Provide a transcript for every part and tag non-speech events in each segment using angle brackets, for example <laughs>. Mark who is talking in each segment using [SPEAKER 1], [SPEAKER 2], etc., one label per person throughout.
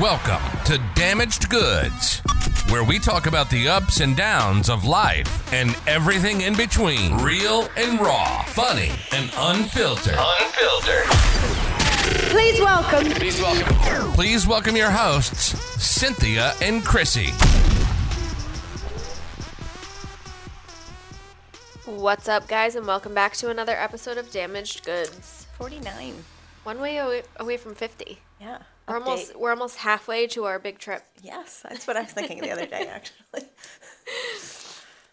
[SPEAKER 1] Welcome to Damaged Goods, where we talk about the ups and downs of life and everything in between. Real and raw, funny and unfiltered.
[SPEAKER 2] Unfiltered.
[SPEAKER 3] Please welcome.
[SPEAKER 1] Please welcome your hosts, Cynthia and Chrissy.
[SPEAKER 4] What's up, guys, and welcome back to another episode of Damaged Goods.
[SPEAKER 3] 49.
[SPEAKER 4] One way away, away from 50.
[SPEAKER 3] Yeah.
[SPEAKER 4] We're almost, we're almost halfway to our big trip.
[SPEAKER 3] Yes, that's what I was thinking the other <laughs> day, actually. <laughs>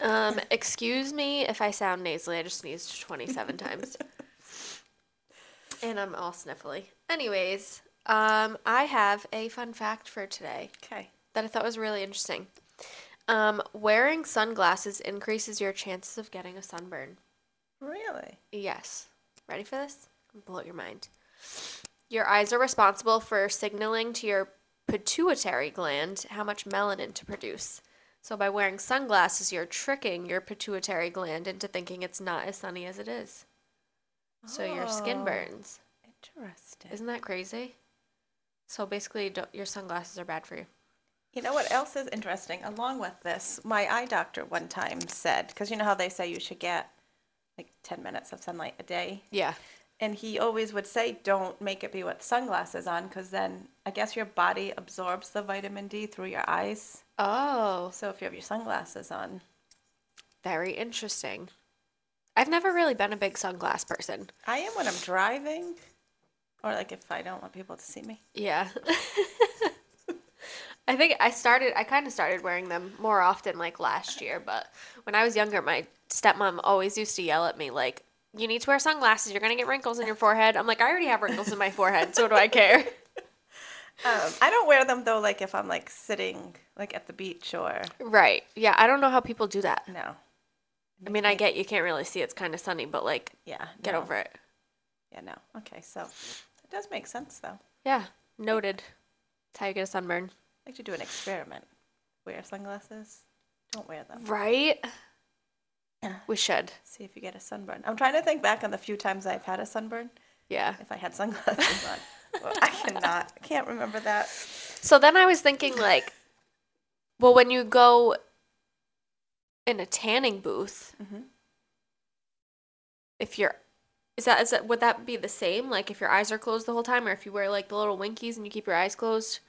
[SPEAKER 4] Um, excuse me if I sound nasally. I just sneezed 27 times. And I'm all sniffly. Anyways, um, I have a fun fact for today
[SPEAKER 3] Okay.
[SPEAKER 4] that I thought was really interesting. Um, wearing sunglasses increases your chances of getting a sunburn.
[SPEAKER 3] Really?
[SPEAKER 4] Yes. Ready for this? Blow your mind. Your eyes are responsible for signaling to your pituitary gland how much melanin to produce. So by wearing sunglasses, you're tricking your pituitary gland into thinking it's not as sunny as it is. So your skin
[SPEAKER 3] Oh.
[SPEAKER 4] burns.
[SPEAKER 3] Interesting.
[SPEAKER 4] Isn't that crazy? So basically, don't, your sunglasses are bad for you.
[SPEAKER 3] You know what else is interesting? Along with this, my eye doctor one time said, because you know how they say you should get like 10 minutes of sunlight a day?
[SPEAKER 4] Yeah.
[SPEAKER 3] And he always would say, don't make it be with sunglasses on, because then I guess your body absorbs the vitamin D through your eyes.
[SPEAKER 4] Oh,
[SPEAKER 3] So if you have your sunglasses on,
[SPEAKER 4] very interesting. I've never really been a big sunglass person.
[SPEAKER 3] I am when I'm driving, or like if I don't want people to see me.
[SPEAKER 4] Yeah. <laughs> I think I started, I kind of started wearing them more often like last year, but when I was younger, my stepmom always used to yell at me, like, you need to wear sunglasses. You're going to get wrinkles in your forehead. I'm like, I already have wrinkles in my forehead, so do I care? <laughs>
[SPEAKER 3] Um, I don't wear them though, like if I'm like sitting like at the beach or
[SPEAKER 4] right. Yeah. I don't know how people do that.
[SPEAKER 3] no.
[SPEAKER 4] I mean, I get you can't really see. It's kind of sunny, but like,
[SPEAKER 3] Yeah.
[SPEAKER 4] get
[SPEAKER 3] no.
[SPEAKER 4] over it.
[SPEAKER 3] Yeah, no. Okay, so it does make sense though.
[SPEAKER 4] Yeah. Noted. That's how you get a sunburn.
[SPEAKER 3] Like to do an experiment. Wear sunglasses. Don't wear them.
[SPEAKER 4] Right?
[SPEAKER 3] Yeah.
[SPEAKER 4] We should.
[SPEAKER 3] See if you get a sunburn. I'm trying to think back on the few times I've had a sunburn.
[SPEAKER 4] Yeah.
[SPEAKER 3] If I had <laughs> sunglasses on, Well, I cannot. I can't remember that.
[SPEAKER 4] So then I was thinking, like, well, when you go in a tanning booth,
[SPEAKER 3] Mm-hmm.
[SPEAKER 4] if you're, is that, is that, would that be the same? Like, if your eyes are closed the whole time, or if you wear like the little winkies and you keep your eyes closed?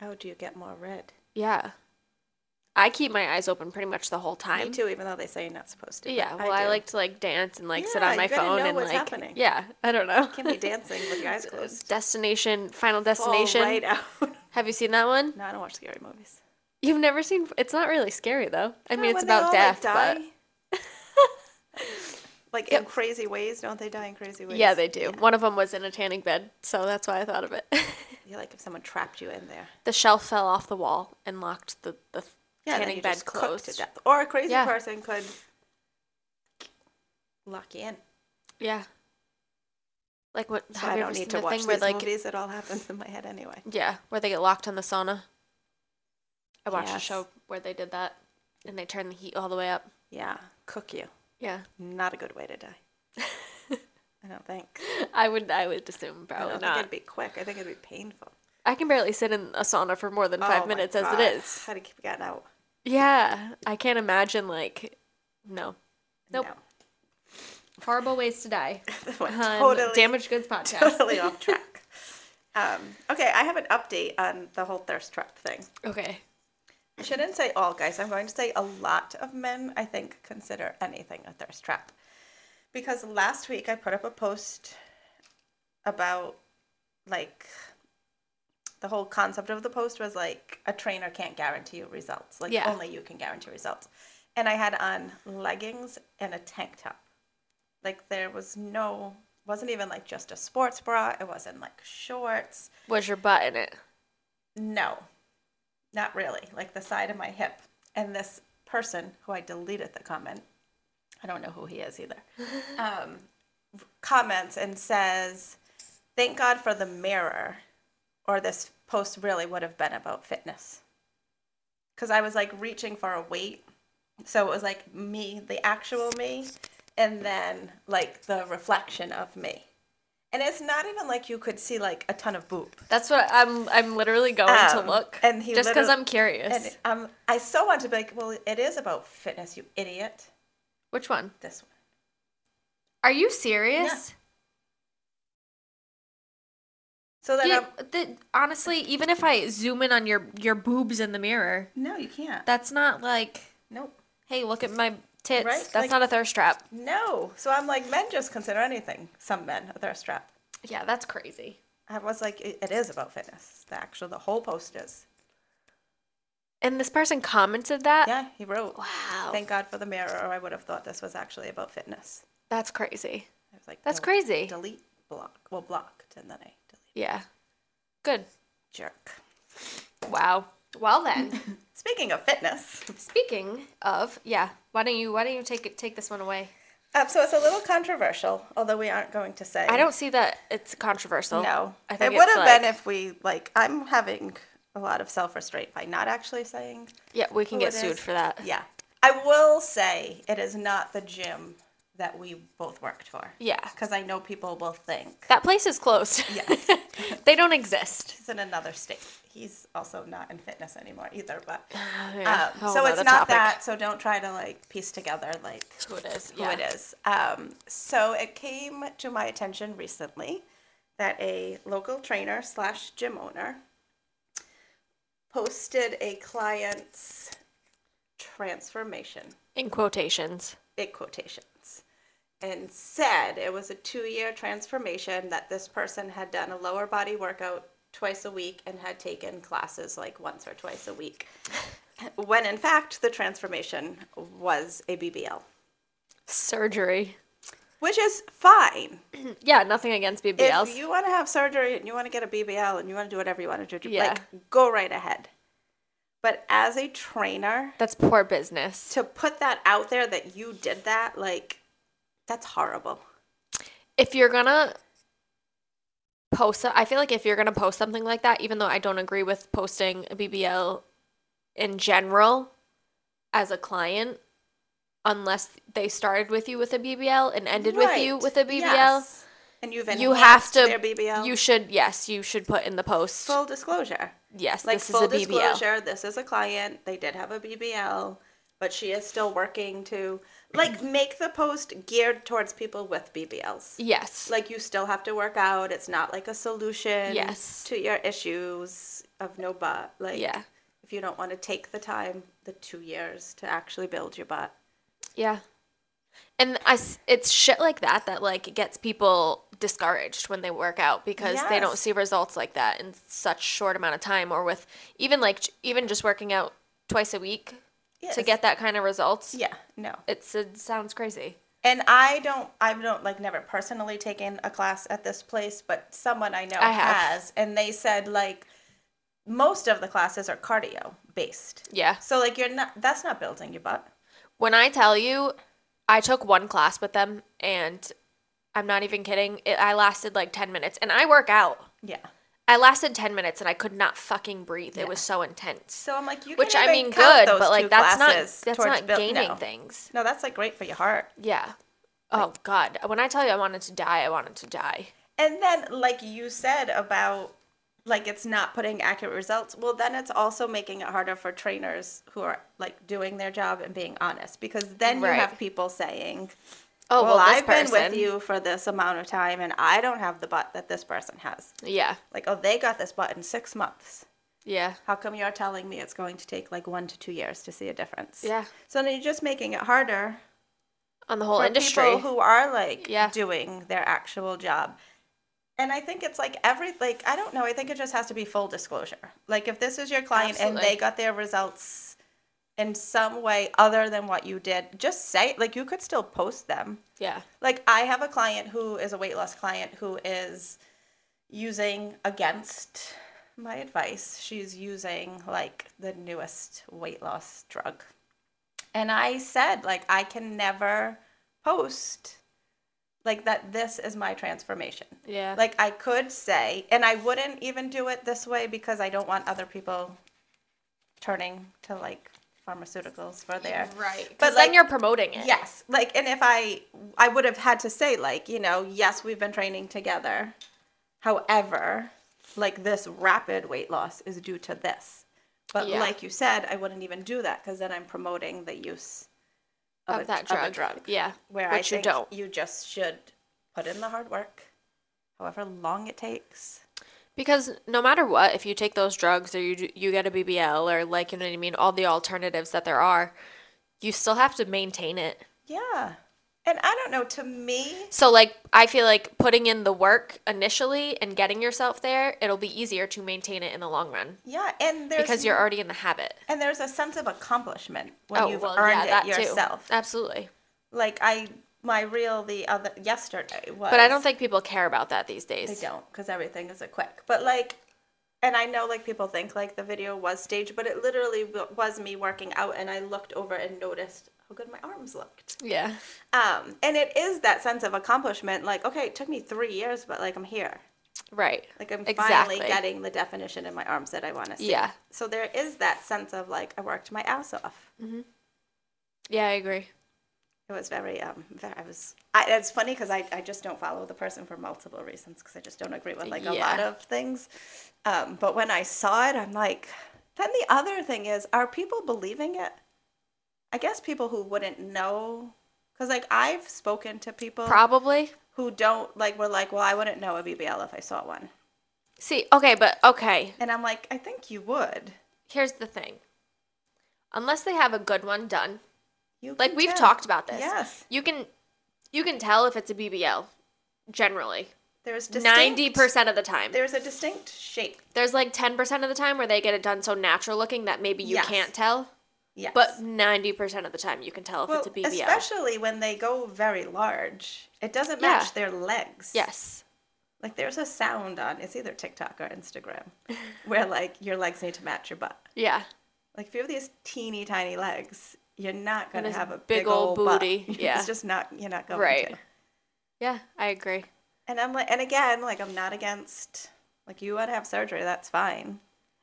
[SPEAKER 3] Oh, do you get more red?
[SPEAKER 4] Yeah. I keep my eyes open pretty much the whole time.
[SPEAKER 3] Me too. Even though they say you're not supposed to. but
[SPEAKER 4] Yeah. Well, I,
[SPEAKER 3] do.
[SPEAKER 4] like to like dance and like sit
[SPEAKER 3] Yeah,
[SPEAKER 4] on my
[SPEAKER 3] you gotta
[SPEAKER 4] phone
[SPEAKER 3] know
[SPEAKER 4] and
[SPEAKER 3] what's
[SPEAKER 4] like,
[SPEAKER 3] happening.
[SPEAKER 4] yeah, I don't know.
[SPEAKER 3] Can
[SPEAKER 4] <laughs>
[SPEAKER 3] be dancing with your eyes closed.
[SPEAKER 4] Destination, Final
[SPEAKER 3] Fall
[SPEAKER 4] Destination.
[SPEAKER 3] right out. <laughs>
[SPEAKER 4] Have you seen that one?
[SPEAKER 3] No, I don't watch scary movies.
[SPEAKER 4] You've never seen. It's not really scary though. I mean,
[SPEAKER 3] No,
[SPEAKER 4] it's
[SPEAKER 3] when they
[SPEAKER 4] about
[SPEAKER 3] all, like,
[SPEAKER 4] death, but <laughs>
[SPEAKER 3] die. like in crazy ways, don't they die in crazy ways?
[SPEAKER 4] Yeah, they do. One of them was in a tanning bed, so that's why I thought of it. <laughs>
[SPEAKER 3] You're like if someone trapped you in there.
[SPEAKER 4] the shelf fell off the wall and locked the, the
[SPEAKER 3] Yeah, then
[SPEAKER 4] tanning
[SPEAKER 3] you
[SPEAKER 4] bed
[SPEAKER 3] just cook to
[SPEAKER 4] closed.
[SPEAKER 3] death. Or a crazy
[SPEAKER 4] Yeah.
[SPEAKER 3] person could lock you in.
[SPEAKER 4] Yeah. Like what?
[SPEAKER 3] So
[SPEAKER 4] have
[SPEAKER 3] I
[SPEAKER 4] you
[SPEAKER 3] don't
[SPEAKER 4] ever seen
[SPEAKER 3] need to
[SPEAKER 4] the
[SPEAKER 3] watch
[SPEAKER 4] thing
[SPEAKER 3] these
[SPEAKER 4] where like
[SPEAKER 3] movies. It all happens in my head anyway.
[SPEAKER 4] yeah, where they get locked in the sauna. I watched
[SPEAKER 3] Yes.
[SPEAKER 4] a show where they did that, and they turned the heat all the way up.
[SPEAKER 3] Yeah, cook you.
[SPEAKER 4] Yeah, <laughs>
[SPEAKER 3] Not a good way to die. I don't think.
[SPEAKER 4] I would. I would assume
[SPEAKER 3] I
[SPEAKER 4] probably
[SPEAKER 3] don't
[SPEAKER 4] not.
[SPEAKER 3] think it'd be quick. I think it'd be painful.
[SPEAKER 4] I can barely sit in a sauna for more than
[SPEAKER 3] Five
[SPEAKER 4] five minutes as it is.
[SPEAKER 3] How to keep getting out?
[SPEAKER 4] Yeah, I can't imagine like no. Nope.
[SPEAKER 3] No. <laughs>
[SPEAKER 4] Horrible ways to die. <laughs>
[SPEAKER 3] What,
[SPEAKER 4] on
[SPEAKER 3] totally.
[SPEAKER 4] Damaged Goods Podcast.
[SPEAKER 3] totally off track. Um, okay, I have an update on the whole thirst trap thing.
[SPEAKER 4] Okay.
[SPEAKER 3] I shouldn't say all guys. I'm going to say a lot of men, I think, consider anything a thirst trap. Because last week I put up a post about like the whole concept of the post was like a trainer can't guarantee you results. Like
[SPEAKER 4] Yeah.
[SPEAKER 3] only you can guarantee results. And I had on leggings and a tank top. Like there was no wasn't even like just a sports bra. It wasn't like shorts.
[SPEAKER 4] Was your butt in it?
[SPEAKER 3] No, not really. Like the side of my hip. And this person who I deleted the comment, I don't know who he is either, um, comments and says, Thank God for the mirror, or this post really would have been about fitness. Because I was like reaching for a weight. So it was like me, the actual me, and then like the reflection of me. And it's not even like you could see like a ton of boob.
[SPEAKER 4] That's what I'm. I'm literally going
[SPEAKER 3] Um,
[SPEAKER 4] to look,
[SPEAKER 3] and he
[SPEAKER 4] just because
[SPEAKER 3] literally-
[SPEAKER 4] I'm curious.
[SPEAKER 3] And um, I so want to be like, well, it is about fitness, you idiot.
[SPEAKER 4] Which one?
[SPEAKER 3] This one.
[SPEAKER 4] Are you serious?
[SPEAKER 3] So then, I'm,
[SPEAKER 4] You- the- honestly, even if I zoom in on your your boobs in the mirror,
[SPEAKER 3] no, you can't.
[SPEAKER 4] that's not like,
[SPEAKER 3] nope.
[SPEAKER 4] hey, look at my tits.
[SPEAKER 3] Right?
[SPEAKER 4] That's
[SPEAKER 3] Like-
[SPEAKER 4] not a thirst trap.
[SPEAKER 3] No. So I'm like, men just consider anything. Some men a thirst trap.
[SPEAKER 4] Yeah, that's crazy.
[SPEAKER 3] I was like, it, it is about fitness. The actual, the whole post is.
[SPEAKER 4] And this person commented that.
[SPEAKER 3] Yeah, he wrote.
[SPEAKER 4] Wow.
[SPEAKER 3] Thank God for the mirror, or I would have thought this was actually about fitness.
[SPEAKER 4] That's crazy.
[SPEAKER 3] I was like,
[SPEAKER 4] That's
[SPEAKER 3] del-
[SPEAKER 4] crazy.
[SPEAKER 3] Delete, block. Well, blocked, and then I delete.
[SPEAKER 4] Yeah. Good.
[SPEAKER 3] Jerk.
[SPEAKER 4] Wow. Well <laughs> then,
[SPEAKER 3] Speaking of fitness, <laughs>
[SPEAKER 4] speaking of, yeah, why don't you why don't you take it take this one away?
[SPEAKER 3] um, so it's a little controversial, although we aren't going to say.
[SPEAKER 4] I don't see that it's controversial.
[SPEAKER 3] No,
[SPEAKER 4] I think
[SPEAKER 3] it would
[SPEAKER 4] it's
[SPEAKER 3] have
[SPEAKER 4] like-
[SPEAKER 3] been if we like. I'm having a lot of self-restraint by not actually saying.
[SPEAKER 4] Yeah, we can
[SPEAKER 3] who
[SPEAKER 4] get
[SPEAKER 3] it
[SPEAKER 4] sued
[SPEAKER 3] is.
[SPEAKER 4] for that.
[SPEAKER 3] Yeah, I will say it is not the gym that we both worked for.
[SPEAKER 4] Yeah.
[SPEAKER 3] because I know people will think
[SPEAKER 4] That place is closed.
[SPEAKER 3] Yes.
[SPEAKER 4] <laughs> they don't exist.
[SPEAKER 3] he's in another state. He's also not in fitness anymore either. But
[SPEAKER 4] <sighs> Yeah,
[SPEAKER 3] um,
[SPEAKER 4] whole
[SPEAKER 3] so it's
[SPEAKER 4] nother
[SPEAKER 3] not
[SPEAKER 4] topic.
[SPEAKER 3] that. So don't try to like piece together like
[SPEAKER 4] who it is.
[SPEAKER 3] who it is. Um, so it came to my attention recently that a local trainer slash gym owner posted a client's transformation
[SPEAKER 4] In quotations.
[SPEAKER 3] in quotations and said it was a two-year transformation that this person had done a lower body workout twice a week and had taken classes like once or twice a week when in fact the transformation was a bbl
[SPEAKER 4] Surgery.
[SPEAKER 3] which is fine
[SPEAKER 4] Yeah, nothing against BBLs.
[SPEAKER 3] If you want to have surgery and you want to get a BBL and you want to do whatever you want to do,
[SPEAKER 4] Yeah.
[SPEAKER 3] like go right ahead. But as a trainer,
[SPEAKER 4] That's poor business.
[SPEAKER 3] to put that out there that you did that, like that's horrible.
[SPEAKER 4] If you're gonna post so- I feel like if you're gonna post something like that, even though I don't agree with posting a BBL in general as a client, unless they started with you with a BBL and ended with you
[SPEAKER 3] Right.
[SPEAKER 4] with a BBL.
[SPEAKER 3] Yes. and you've
[SPEAKER 4] You have to.
[SPEAKER 3] their BBL.
[SPEAKER 4] You should. Yes, you should put in the post.
[SPEAKER 3] full disclosure.
[SPEAKER 4] yes,
[SPEAKER 3] Like
[SPEAKER 4] this is
[SPEAKER 3] full
[SPEAKER 4] a BBL.
[SPEAKER 3] disclosure, this is a client. They did have a BBL, but she is still working to like make the post geared towards people with BBLs.
[SPEAKER 4] Yes.
[SPEAKER 3] like you still have to work out. It's not like a solution
[SPEAKER 4] Yes.
[SPEAKER 3] to your issues of no butt. Like
[SPEAKER 4] Yeah.
[SPEAKER 3] if you don't want to take the time, the two years to actually build your butt.
[SPEAKER 4] yeah. And I, s- it's shit like that that like gets people discouraged when they work out because they don't
[SPEAKER 3] Yes.
[SPEAKER 4] see results like that in such short amount of time or with even like j- even just working out twice a week
[SPEAKER 3] Yes.
[SPEAKER 4] to get that kind of results.
[SPEAKER 3] Yeah, no.
[SPEAKER 4] It's, it sounds crazy.
[SPEAKER 3] And I don't I don't like never personally taken a class at this place, but someone I know
[SPEAKER 4] I have.
[SPEAKER 3] has and they said like most of the classes are cardio based.
[SPEAKER 4] Yeah.
[SPEAKER 3] So like you're not that's not building your butt.
[SPEAKER 4] When I tell you, I took one class with them and I'm not even kidding. It, I lasted like 10 minutes and I work out.
[SPEAKER 3] Yeah.
[SPEAKER 4] I lasted 10 minutes and I could not fucking breathe. It was so intense.
[SPEAKER 3] So I'm like you
[SPEAKER 4] Which
[SPEAKER 3] can
[SPEAKER 4] I
[SPEAKER 3] even
[SPEAKER 4] mean
[SPEAKER 3] count
[SPEAKER 4] good,
[SPEAKER 3] those
[SPEAKER 4] but
[SPEAKER 3] two
[SPEAKER 4] like that's not
[SPEAKER 3] classes
[SPEAKER 4] that's
[SPEAKER 3] towards
[SPEAKER 4] not
[SPEAKER 3] buil-
[SPEAKER 4] gaining
[SPEAKER 3] no.
[SPEAKER 4] things.
[SPEAKER 3] No, that's like great for your heart.
[SPEAKER 4] Yeah. Oh god, when I tell you I wanted to die, I wanted to die.
[SPEAKER 3] And then, like you said about like it's not putting accurate results, well, then it's also making it harder for trainers who are like doing their job and being honest because then
[SPEAKER 4] Right.
[SPEAKER 3] you have people saying,
[SPEAKER 4] Oh,
[SPEAKER 3] well,
[SPEAKER 4] this
[SPEAKER 3] I've been with you for this amount of time and I don't have the butt that this person has.
[SPEAKER 4] Yeah.
[SPEAKER 3] Like, oh, they got this butt in six months.
[SPEAKER 4] Yeah.
[SPEAKER 3] How come you're telling me it's going to take like one to two years to see a difference?
[SPEAKER 4] Yeah.
[SPEAKER 3] So then you're just making it harder
[SPEAKER 4] On the whole
[SPEAKER 3] for
[SPEAKER 4] industry.
[SPEAKER 3] people who are like
[SPEAKER 4] Yeah.
[SPEAKER 3] doing their actual job. And I think it's like every like I don't know, I think it just has to be full disclosure. Like if this is your client and
[SPEAKER 4] Absolutely.
[SPEAKER 3] they got their results in some way other than what you did, just say like you could still post them.
[SPEAKER 4] yeah.
[SPEAKER 3] Like I have a client who is a weight loss client who is using against my advice. She's using like the newest weight loss drug. And I said like I can never post like that this is my transformation.
[SPEAKER 4] Yeah.
[SPEAKER 3] Like I could say and I wouldn't even do it this way because I don't want other people turning to like pharmaceuticals for there.
[SPEAKER 4] Right.
[SPEAKER 3] But
[SPEAKER 4] But then
[SPEAKER 3] like-
[SPEAKER 4] you're promoting it.
[SPEAKER 3] Yes. Like, and if I, I would have had to say, like, you know, yes, we've been training together. However, like, this rapid weight loss is due to this. But
[SPEAKER 4] Yeah.
[SPEAKER 3] like you said, I wouldn't even do that because then I'm promoting the use
[SPEAKER 4] Of,
[SPEAKER 3] a-
[SPEAKER 4] that
[SPEAKER 3] a
[SPEAKER 4] drug. Yeah.
[SPEAKER 3] Where
[SPEAKER 4] Which
[SPEAKER 3] I
[SPEAKER 4] you
[SPEAKER 3] think
[SPEAKER 4] don't.
[SPEAKER 3] you just should put in the hard work, however long it takes.
[SPEAKER 4] Because no matter what, if you take those drugs or you do, you get a BBL or like you know what I mean, all the alternatives that there are, you still have to maintain it.
[SPEAKER 3] Yeah. And I don't know, to me,
[SPEAKER 4] So like I feel like putting in the work initially and getting yourself there, it'll be easier to maintain it in the long run
[SPEAKER 3] yeah, and there's
[SPEAKER 4] because you're already in the habit.
[SPEAKER 3] and there's a sense of accomplishment when
[SPEAKER 4] oh
[SPEAKER 3] you've
[SPEAKER 4] well,
[SPEAKER 3] earned
[SPEAKER 4] yeah, that
[SPEAKER 3] it yourself.
[SPEAKER 4] too. Absolutely.
[SPEAKER 3] Like I, my reel the other yesterday was.
[SPEAKER 4] But I don't think people care about that these
[SPEAKER 3] they
[SPEAKER 4] days.
[SPEAKER 3] don't because everything is a quick. But like, and I know like people think like the video was staged, but it literally w- was me working out, and I looked over and noticed how good my arms looked.
[SPEAKER 4] Yeah.
[SPEAKER 3] Um, and it is that sense of accomplishment. Like, okay, it took me three years, but like I'm here.
[SPEAKER 4] Right.
[SPEAKER 3] Like I'm
[SPEAKER 4] Exactly.
[SPEAKER 3] finally getting the definition in my arms that I want to see.
[SPEAKER 4] Yeah.
[SPEAKER 3] So there is that sense of like I worked my ass off.
[SPEAKER 4] Yeah, I agree.
[SPEAKER 3] It was very um. Very, I was. I, it's funny because I, I just don't follow the person for multiple reasons because I just don't agree with like a
[SPEAKER 4] Yeah.
[SPEAKER 3] lot of things. Um, but when I saw it, I'm like. Then the other thing is, are people believing it? I guess people who wouldn't know, because like I've spoken to people
[SPEAKER 4] Probably.
[SPEAKER 3] who don't like were like, well, I wouldn't know a BBL if I saw one,
[SPEAKER 4] See, okay, but okay.
[SPEAKER 3] and I'm like, I think you would.
[SPEAKER 4] here's the thing unless they have a good one done
[SPEAKER 3] You
[SPEAKER 4] like
[SPEAKER 3] can
[SPEAKER 4] we've
[SPEAKER 3] tell.
[SPEAKER 4] talked about this
[SPEAKER 3] Yes,
[SPEAKER 4] you can you can tell if it's a bbl generally
[SPEAKER 3] there's
[SPEAKER 4] ninety
[SPEAKER 3] distinct-
[SPEAKER 4] percent of the time
[SPEAKER 3] There's a distinct shape.
[SPEAKER 4] there's like ten percent of the time where they get it done so natural looking that maybe you
[SPEAKER 3] Yes.
[SPEAKER 4] can't tell
[SPEAKER 3] Yes.
[SPEAKER 4] but ninety percent of the time you can tell if
[SPEAKER 3] well,
[SPEAKER 4] it's a bbl
[SPEAKER 3] especially when they go very large, it doesn't match their legs.
[SPEAKER 4] yes
[SPEAKER 3] Like there's a sound on it's either TikTok or
[SPEAKER 4] <laughs>
[SPEAKER 3] Instagram where like your legs need to match your butt.
[SPEAKER 4] yeah
[SPEAKER 3] Like if you have these teeny tiny legs, you're not gonna
[SPEAKER 4] this
[SPEAKER 3] have a
[SPEAKER 4] big
[SPEAKER 3] big,
[SPEAKER 4] ol'
[SPEAKER 3] old, butt.
[SPEAKER 4] booty,
[SPEAKER 3] <laughs>
[SPEAKER 4] yeah.
[SPEAKER 3] it's just not. You're not going
[SPEAKER 4] Right.
[SPEAKER 3] to.
[SPEAKER 4] yeah i agree
[SPEAKER 3] And I'm like, and again, like I'm not against. Like you would have surgery, that's fine.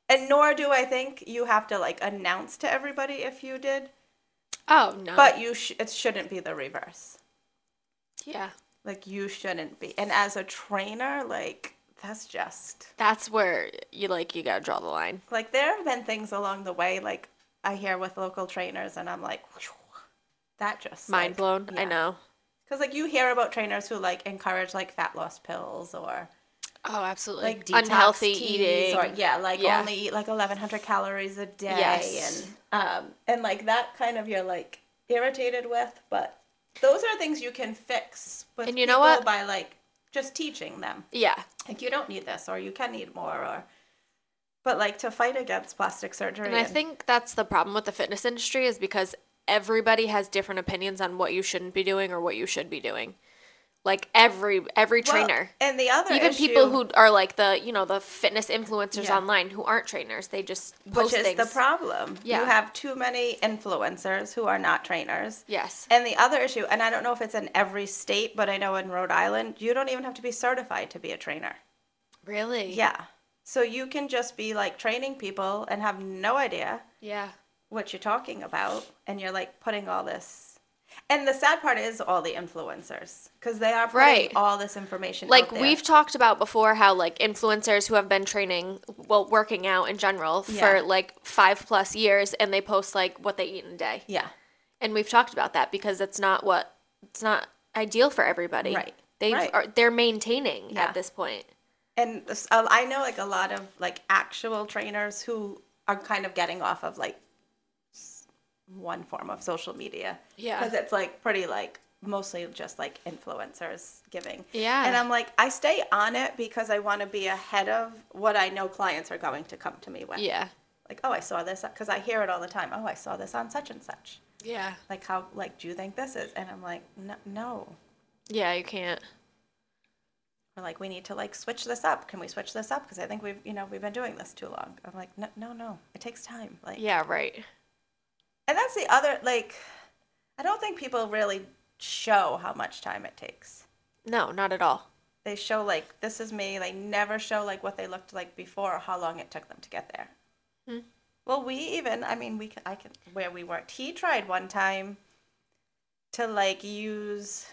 [SPEAKER 3] And nor do I think you have to like announce to everybody if you did.
[SPEAKER 4] oh no
[SPEAKER 3] But you, sh- it shouldn't be the reverse.
[SPEAKER 4] yeah
[SPEAKER 3] Like you shouldn't be. And as a trainer, like that's just
[SPEAKER 4] that's where you like you gotta draw the line
[SPEAKER 3] like there have been things along the way like I hear with local trainers and I'm like whew, that just
[SPEAKER 4] mind blown i know
[SPEAKER 3] Cuz like you hear about trainers who like encourage like fat loss pills or
[SPEAKER 4] oh absolutely
[SPEAKER 3] like detox
[SPEAKER 4] unhealthy
[SPEAKER 3] teas
[SPEAKER 4] eating
[SPEAKER 3] or yeah, like
[SPEAKER 4] Yeah.
[SPEAKER 3] only eat like 1100 calories a day
[SPEAKER 4] Yes.
[SPEAKER 3] and um and like that kind of you're like irritated with, but those are things you can fix with
[SPEAKER 4] And you know
[SPEAKER 3] people
[SPEAKER 4] what?
[SPEAKER 3] by like just teaching them.
[SPEAKER 4] yeah
[SPEAKER 3] like you don't need this or you can need more or but like to fight against plastic surgery
[SPEAKER 4] And I think that's the problem with the fitness industry is because everybody has different opinions on what you shouldn't be doing or what you should be doing. Like every every
[SPEAKER 3] Well,
[SPEAKER 4] trainer.
[SPEAKER 3] and the other
[SPEAKER 4] Even
[SPEAKER 3] issue,
[SPEAKER 4] people who are like the, you know, the fitness influencers
[SPEAKER 3] Yeah.
[SPEAKER 4] online who aren't trainers, they just post
[SPEAKER 3] which is
[SPEAKER 4] things.
[SPEAKER 3] the problem
[SPEAKER 4] Yeah.
[SPEAKER 3] you have too many influencers who are not trainers
[SPEAKER 4] Yes.
[SPEAKER 3] and the other issue and i don't know if it's in every state but i know in rhode island you don't even have to be certified to be a trainer
[SPEAKER 4] Really?
[SPEAKER 3] yeah so you can just be like training people and have no idea
[SPEAKER 4] Yeah.
[SPEAKER 3] what you're talking about and you're like putting all this and the sad part is all the influencers because they are putting
[SPEAKER 4] Right.
[SPEAKER 3] all this information out
[SPEAKER 4] Like
[SPEAKER 3] there.
[SPEAKER 4] we've talked about before how like influencers who have been training, well, working out in general
[SPEAKER 3] Yeah.
[SPEAKER 4] for like 5 plus years and they post like what they eat in a day.
[SPEAKER 3] yeah
[SPEAKER 4] and we've talked about that because it's not what it's not ideal for everybody.
[SPEAKER 3] Right.
[SPEAKER 4] They
[SPEAKER 3] Right.
[SPEAKER 4] are they're maintaining
[SPEAKER 3] Yeah.
[SPEAKER 4] at this point.
[SPEAKER 3] and this- uh, i know like a lot of like actual trainers who are kind of getting off of like s- one form of social media
[SPEAKER 4] Yeah.
[SPEAKER 3] because it's like pretty like mostly just like influencers giving
[SPEAKER 4] Yeah.
[SPEAKER 3] and i'm like i stay on it because i want to be ahead of what i know clients are going to come to me with
[SPEAKER 4] Yeah.
[SPEAKER 3] like oh i saw this because i hear it all the time oh i saw this on such and such
[SPEAKER 4] Yeah.
[SPEAKER 3] like how like do you think this is and i'm like no no
[SPEAKER 4] Yeah, you can't.
[SPEAKER 3] we're like we need to like switch this up can we switch this up because i think we've you know we've been doing this too long i'm like no no no it takes time like
[SPEAKER 4] Yeah, right.
[SPEAKER 3] and that's the other like i don't think people really show how much time it takes
[SPEAKER 4] No, not at all.
[SPEAKER 3] they show like
[SPEAKER 4] Hmm.
[SPEAKER 3] this is me they never show like what they looked like before or how long it took them to get there Well, we even, I mean, we can, I can, where we worked, he tried one time to like use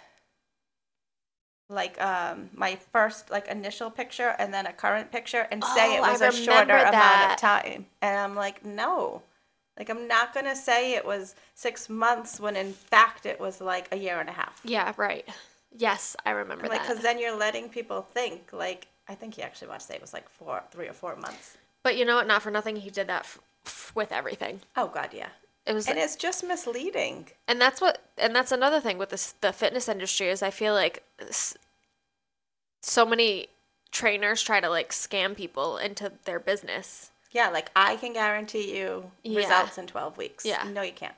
[SPEAKER 3] like um my first like initial picture and then a current picture and say it
[SPEAKER 4] Oh, I
[SPEAKER 3] was a shorter
[SPEAKER 4] remember
[SPEAKER 3] amount
[SPEAKER 4] that.
[SPEAKER 3] of time and i'm like no like i'm not gonna say it was six months when in fact it was like a year and a half
[SPEAKER 4] Yeah, right. Yes, I remember
[SPEAKER 3] like
[SPEAKER 4] that.
[SPEAKER 3] because then you're letting people think like i think he actually wants to say it was like four three or four months
[SPEAKER 4] but you know what? Not for nothing. He did that f- f- with everything.
[SPEAKER 3] oh god yeah
[SPEAKER 4] It was,
[SPEAKER 3] and
[SPEAKER 4] and,
[SPEAKER 3] it's just misleading
[SPEAKER 4] that's what, and that's another thing with this, the fitness industry is I feel like s- so many trainers try to like scam people into their business.
[SPEAKER 3] yeah like i can guarantee you
[SPEAKER 4] Yeah.
[SPEAKER 3] results in 12 weeks
[SPEAKER 4] Yeah.
[SPEAKER 3] no you can't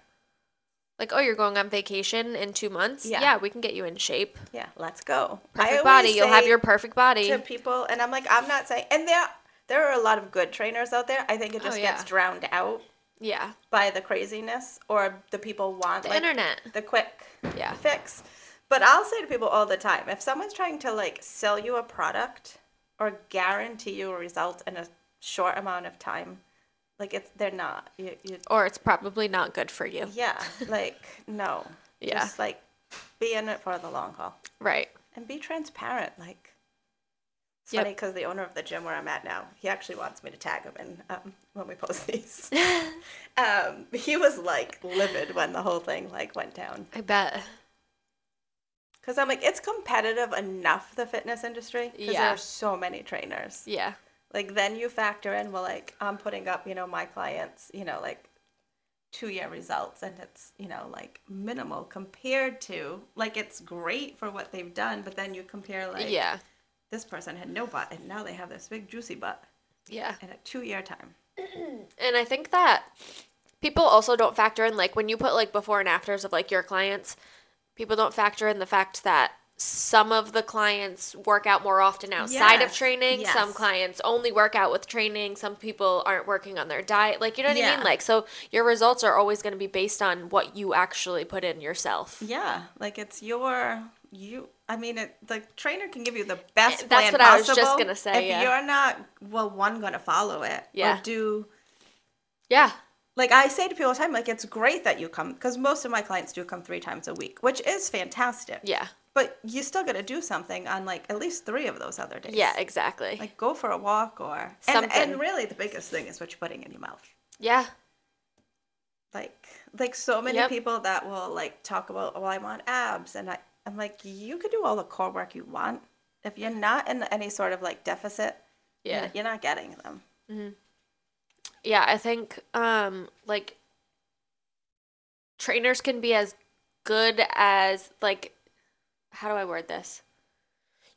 [SPEAKER 4] Like, oh, you're going on vacation in two months.
[SPEAKER 3] Yeah.
[SPEAKER 4] Yeah, we can get you in shape.
[SPEAKER 3] yeah let's go I
[SPEAKER 4] Perfect
[SPEAKER 3] always
[SPEAKER 4] body. You'll have
[SPEAKER 3] say-
[SPEAKER 4] your perfect body.
[SPEAKER 3] to people and I'm like I'm not saying and there there are a lot of good trainers out there. I think it
[SPEAKER 4] Oh,
[SPEAKER 3] just gets
[SPEAKER 4] yeah.
[SPEAKER 3] drowned out
[SPEAKER 4] Yeah.
[SPEAKER 3] by the craziness or the people want
[SPEAKER 4] The
[SPEAKER 3] like,
[SPEAKER 4] internet.
[SPEAKER 3] the quick
[SPEAKER 4] Yeah.
[SPEAKER 3] fix. But I'll say to people all the time, if someone's trying to like sell you a product or guarantee you a result in a short amount of time, like it's they're not. You, you
[SPEAKER 4] Or it's probably not good for you. <laughs>
[SPEAKER 3] yeah, like no.
[SPEAKER 4] Yeah.
[SPEAKER 3] Just like be in it for the long haul
[SPEAKER 4] Right.
[SPEAKER 3] and be transparent. Like, it's
[SPEAKER 4] Yep.
[SPEAKER 3] funny because the owner of the gym where I'm at now, he actually wants me to tag him in um, when we post
[SPEAKER 4] <laughs>
[SPEAKER 3] these. um, he was like livid when the whole thing like went down
[SPEAKER 4] I bet.
[SPEAKER 3] because I'm like, it's competitive enough the fitness industry because there
[SPEAKER 4] Yeah.
[SPEAKER 3] are so many trainers.
[SPEAKER 4] Yeah.
[SPEAKER 3] Like then you factor in, well, like I'm putting up, you know, my clients, you know, like two year results and it's, you know, like minimal compared to like it's great for what they've done, but then you compare like
[SPEAKER 4] yeah.
[SPEAKER 3] this person had no butt and now they have this big juicy butt
[SPEAKER 4] Yeah.
[SPEAKER 3] in a two year time.
[SPEAKER 4] And I think that people also don't factor in like when you put like before and afters of like your clients, people don't factor in the fact that some of the clients work out more often outside
[SPEAKER 3] Yes,
[SPEAKER 4] of training.
[SPEAKER 3] yes.
[SPEAKER 4] Some clients only work out with training. Some people aren't working on their diet. Like, you know what I
[SPEAKER 3] Yeah.
[SPEAKER 4] mean? Like, so your results are always going to be based on what you actually put in yourself.
[SPEAKER 3] Yeah, like it's your you. I mean, it, the trainer can give you the best
[SPEAKER 4] Eh,
[SPEAKER 3] plan
[SPEAKER 4] that's what I was
[SPEAKER 3] possible.
[SPEAKER 4] just gonna say,
[SPEAKER 3] If
[SPEAKER 4] yeah.
[SPEAKER 3] you're not well, one gonna follow it.
[SPEAKER 4] Yeah.
[SPEAKER 3] Or do
[SPEAKER 4] Yeah.
[SPEAKER 3] like I say to people all the time, like it's great that you come because most of my clients do come three times a week, which is fantastic.
[SPEAKER 4] Yeah.
[SPEAKER 3] But you still gotta do something on like at least three of those other days.
[SPEAKER 4] Yeah, exactly.
[SPEAKER 3] Like go for a walk or and,
[SPEAKER 4] Something.
[SPEAKER 3] and really the biggest thing is what you're putting in your mouth.
[SPEAKER 4] yeah.
[SPEAKER 3] like like so many
[SPEAKER 4] Yep.
[SPEAKER 3] people that will like talk about oh I want abs and I I'm like you could do all the core work you want if you're not in any sort of like deficit you're-
[SPEAKER 4] Yeah.
[SPEAKER 3] you're, not getting them
[SPEAKER 4] yeah i think um like trainers can be as good as like how do i word this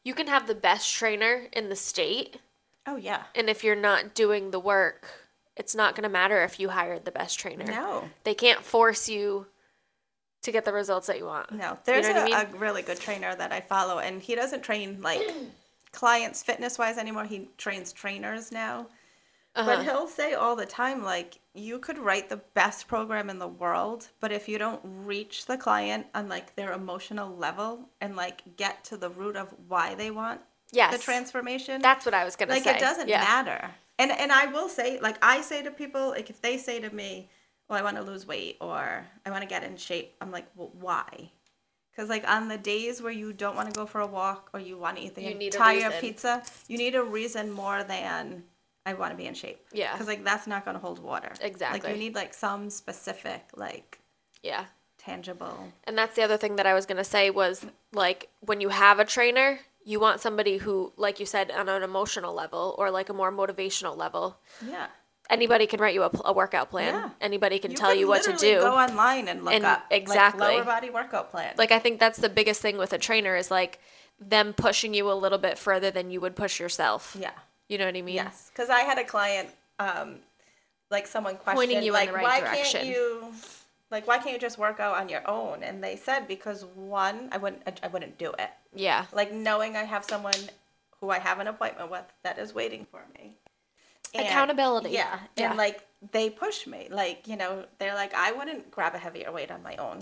[SPEAKER 4] you can have the best trainer in the state
[SPEAKER 3] oh yeah
[SPEAKER 4] and if you're not doing the work it's not going to matter if you hired the best trainer
[SPEAKER 3] no
[SPEAKER 4] they can't force you to get the results that you want
[SPEAKER 3] no there's
[SPEAKER 4] what I
[SPEAKER 3] a,
[SPEAKER 4] mean?
[SPEAKER 3] a really good trainer that I follow and he doesn't train like <clears throat> clients fitness wise anymore he trains trainers now
[SPEAKER 4] Uh-huh.
[SPEAKER 3] but he'll say all the time like you could write the best program in the world but if you don't reach the client on like their emotional level and like get to the root of why they want
[SPEAKER 4] yes
[SPEAKER 3] the transformation
[SPEAKER 4] that's what i was going to
[SPEAKER 3] like
[SPEAKER 4] say
[SPEAKER 3] it doesn't
[SPEAKER 4] yeah.
[SPEAKER 3] matter and and i will say like i say to people like if they say to me well i want to lose weight or i want to get in shape i'm like well why because like on the days where you don't want to go for a walk or you want to eat the
[SPEAKER 4] You need a
[SPEAKER 3] entire
[SPEAKER 4] reason.
[SPEAKER 3] pizza you need a reason more than i want to be in shape
[SPEAKER 4] Yeah.
[SPEAKER 3] because like that's not going to hold water like
[SPEAKER 4] Exactly.
[SPEAKER 3] you need like some specific like
[SPEAKER 4] yeah
[SPEAKER 3] tangible
[SPEAKER 4] And that's the other thing that I was going to say was like when you have a trainer, you want somebody who, like you said, on an emotional level or like a more motivational level.
[SPEAKER 3] yeah
[SPEAKER 4] Anybody can write you a, pl- a workout plan.
[SPEAKER 3] Yeah.
[SPEAKER 4] Anybody can tell
[SPEAKER 3] could
[SPEAKER 4] you what to
[SPEAKER 3] literally
[SPEAKER 4] do.
[SPEAKER 3] go online and look
[SPEAKER 4] And-
[SPEAKER 3] up like,
[SPEAKER 4] exactly.
[SPEAKER 3] lower body workout plan
[SPEAKER 4] like I think that's the biggest thing with a trainer is like them pushing you a little bit further than you would push yourself.
[SPEAKER 3] yeah
[SPEAKER 4] You know what I mean?
[SPEAKER 3] Yes, because I had a client, um, like someone questioned,
[SPEAKER 4] Pointing you in
[SPEAKER 3] like,
[SPEAKER 4] the right
[SPEAKER 3] why
[SPEAKER 4] direction."
[SPEAKER 3] can't you, like, why can't you just work out on your own? And they said because one, I wouldn't, I, I wouldn't do it.
[SPEAKER 4] Yeah.
[SPEAKER 3] Like knowing I have someone who I have an appointment with that is waiting for me. And-
[SPEAKER 4] Accountability.
[SPEAKER 3] Yeah,
[SPEAKER 4] Yeah.
[SPEAKER 3] and like they push me, like you know, they're like, I wouldn't grab a heavier weight on my own,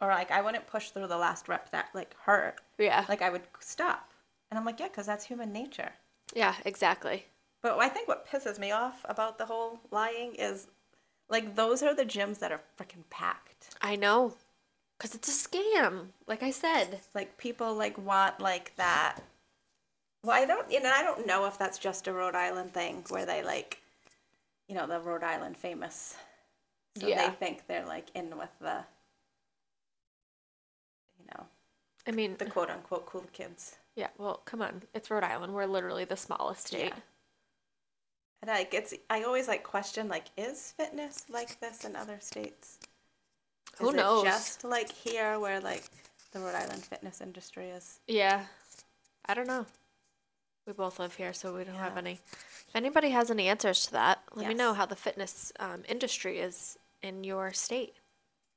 [SPEAKER 3] or like I wouldn't push through the last rep that like hurt.
[SPEAKER 4] Yeah.
[SPEAKER 3] Like I would stop, and I'm like, yeah, because that's human nature.
[SPEAKER 4] yeah, exactly.
[SPEAKER 3] But I think what pisses me off about the whole lying is Like those are the gyms that are freaking packed.
[SPEAKER 4] I know. Because it's a scam, like I said.
[SPEAKER 3] Like people like want like that. Well, I don't, you know, I don't know if that's just a Rhode Island thing where they like, you know, the Rhode Island famous. So
[SPEAKER 4] Yeah.
[SPEAKER 3] they think they're like in with the, you know,
[SPEAKER 4] I mean,
[SPEAKER 3] the quote unquote cool kids.
[SPEAKER 4] yeah, well, come on. It's Rhode Island. We're literally the smallest state.
[SPEAKER 3] Yeah. And like it's, I always like question like, is fitness like this in other states?
[SPEAKER 4] Who
[SPEAKER 3] is
[SPEAKER 4] knows?
[SPEAKER 3] It just like here, where like the Rhode Island fitness industry is.
[SPEAKER 4] Yeah. I don't know. We both live here, so we don't have
[SPEAKER 3] Yeah.
[SPEAKER 4] any. If anybody has any answers to that, let me
[SPEAKER 3] Yes.
[SPEAKER 4] know how the fitness um, industry is in your state.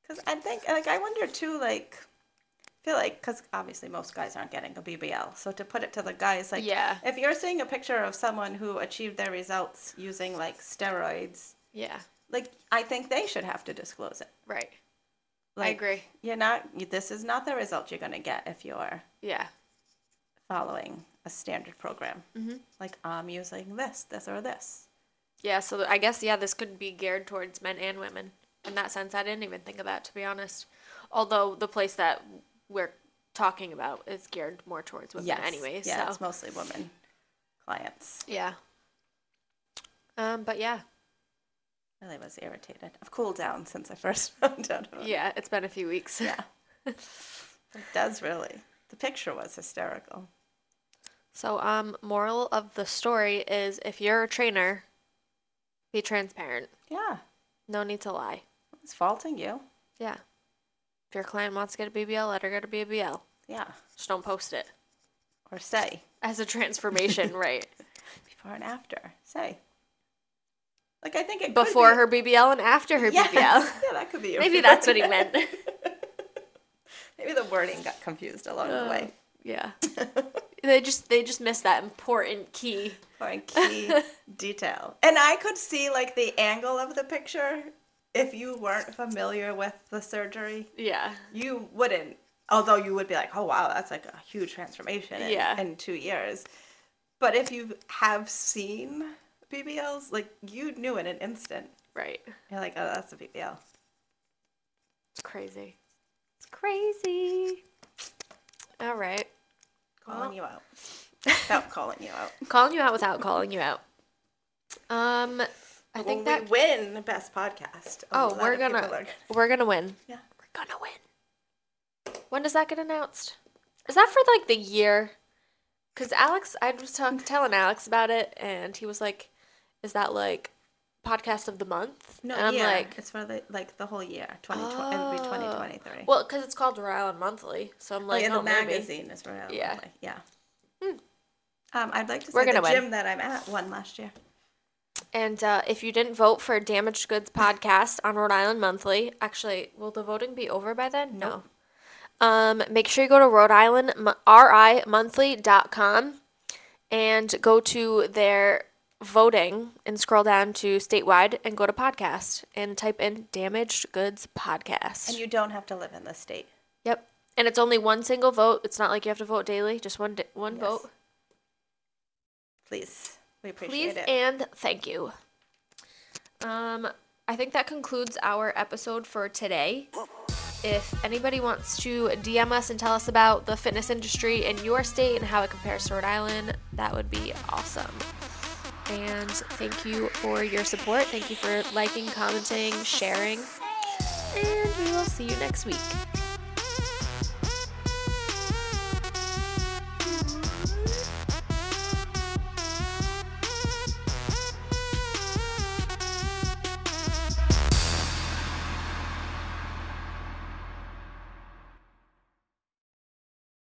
[SPEAKER 3] Because I think, like, I wonder too, like, I feel like, because obviously most guys aren't getting a BBL. So to put it to the guys, like,
[SPEAKER 4] Yeah.
[SPEAKER 3] if you're seeing a picture of someone who achieved their results using, like, steroids,
[SPEAKER 4] Yeah.
[SPEAKER 3] like, I think they should have to disclose it.
[SPEAKER 4] Right.
[SPEAKER 3] Like,
[SPEAKER 4] agree.
[SPEAKER 3] You're not, this is not the result you're going to get if you're
[SPEAKER 4] Yeah.
[SPEAKER 3] following a standard program. Mm-hmm. Like, I'm using this, this, or this.
[SPEAKER 4] Yeah, so I guess yeah, this could be geared towards men and women. In that sense, I didn't even think of that to be honest. Although the place that we're talking about is geared more towards women
[SPEAKER 3] Yes.
[SPEAKER 4] anyways.
[SPEAKER 3] Yeah,
[SPEAKER 4] so
[SPEAKER 3] it's mostly women clients.
[SPEAKER 4] yeah. Um, but yeah,
[SPEAKER 3] Really was irritated. I've cooled down since I first <laughs> found out about
[SPEAKER 4] yeah, it's been a few weeks. <laughs>
[SPEAKER 3] Yeah. It does really. The picture was hysterical.
[SPEAKER 4] So, um, moral of the story is if you're a trainer, be transparent.
[SPEAKER 3] Yeah.
[SPEAKER 4] No need to lie.
[SPEAKER 3] It's faulting you.
[SPEAKER 4] Yeah. If your client wants to get a BBL, let her get a BBL.
[SPEAKER 3] Yeah.
[SPEAKER 4] Just don't post it.
[SPEAKER 3] Or say,
[SPEAKER 4] As a <laughs> transformation, right?
[SPEAKER 3] before and after. Say. Like I think it could
[SPEAKER 4] Before
[SPEAKER 3] be-
[SPEAKER 4] her BBL and after
[SPEAKER 3] <laughs>
[SPEAKER 4] her
[SPEAKER 3] Yes.
[SPEAKER 4] BBL.
[SPEAKER 3] Yeah, that could be your <laughs>
[SPEAKER 4] Maybe that's what <laughs> he meant.
[SPEAKER 3] Maybe the wording got confused along
[SPEAKER 4] Uh.
[SPEAKER 3] the way.
[SPEAKER 4] yeah. <laughs> they just they just missed that important key.
[SPEAKER 3] Or
[SPEAKER 4] <laughs>
[SPEAKER 3] in key detail. And I could see like the angle of the picture. If you weren't familiar with the surgery,
[SPEAKER 4] Yeah.
[SPEAKER 3] you wouldn't although you would be like oh wow that's like a huge transformation in,
[SPEAKER 4] Yeah.
[SPEAKER 3] in two years but if you have seen bbls like you knew in an instant
[SPEAKER 4] Right.
[SPEAKER 3] you're like oh that's a bbl
[SPEAKER 4] It's crazy. It's crazy. All right.
[SPEAKER 3] calling
[SPEAKER 4] Well.
[SPEAKER 3] you
[SPEAKER 4] <laughs>
[SPEAKER 3] out without calling you out
[SPEAKER 4] Calling you out without calling you out. Um I
[SPEAKER 3] when
[SPEAKER 4] think that
[SPEAKER 3] we win the best podcast a
[SPEAKER 4] Oh,
[SPEAKER 3] lot
[SPEAKER 4] we're
[SPEAKER 3] of people
[SPEAKER 4] gonna,
[SPEAKER 3] are gonna-
[SPEAKER 4] we're gonna win.
[SPEAKER 3] yeah
[SPEAKER 4] We're gonna win. When does that get announced? Is that for like the year? Cause Alex, I was
[SPEAKER 3] Mm.
[SPEAKER 4] talk, telling Alex about it, and he was like, "Is that like podcast of the month?"
[SPEAKER 3] no
[SPEAKER 4] and I'm
[SPEAKER 3] year.
[SPEAKER 4] like, "Oh."
[SPEAKER 3] it's for the like the whole year 2020 it would be 2023
[SPEAKER 4] "Well, cause it's called Rhode Island Monthly, so I'm
[SPEAKER 3] Oh,
[SPEAKER 4] like,
[SPEAKER 3] yeah, the
[SPEAKER 4] "Oh, maybe."
[SPEAKER 3] magazine is for Island
[SPEAKER 4] Yeah. Hmm.
[SPEAKER 3] Monthly. yeah um, I'd like to say
[SPEAKER 4] We're
[SPEAKER 3] the
[SPEAKER 4] gonna win.
[SPEAKER 3] gym that I'm at won last year.
[SPEAKER 4] And uh, if you didn't vote for Damaged Goods podcast on Rhode Island Monthly, actually, will the voting be over by then? No. Um, make sure you go to Rhode Island Mo- rimonthly.com and go to their voting and scroll down to statewide and go to podcast and type in Damaged Goods podcast.
[SPEAKER 3] And you don't have to live in the state.
[SPEAKER 4] yep. And it's only one single vote. It's not like you have to vote daily, just one, di- one
[SPEAKER 3] Yes.
[SPEAKER 4] vote.
[SPEAKER 3] Please. We appreciate
[SPEAKER 4] Please
[SPEAKER 3] it.
[SPEAKER 4] and thank you. Um, I think that concludes our episode for today. If anybody wants to DM us and tell us about the fitness industry in your state and how it compares to Rhode Island, that would be awesome. And thank you for your support. Thank you for liking, commenting, sharing. And we will see you next week.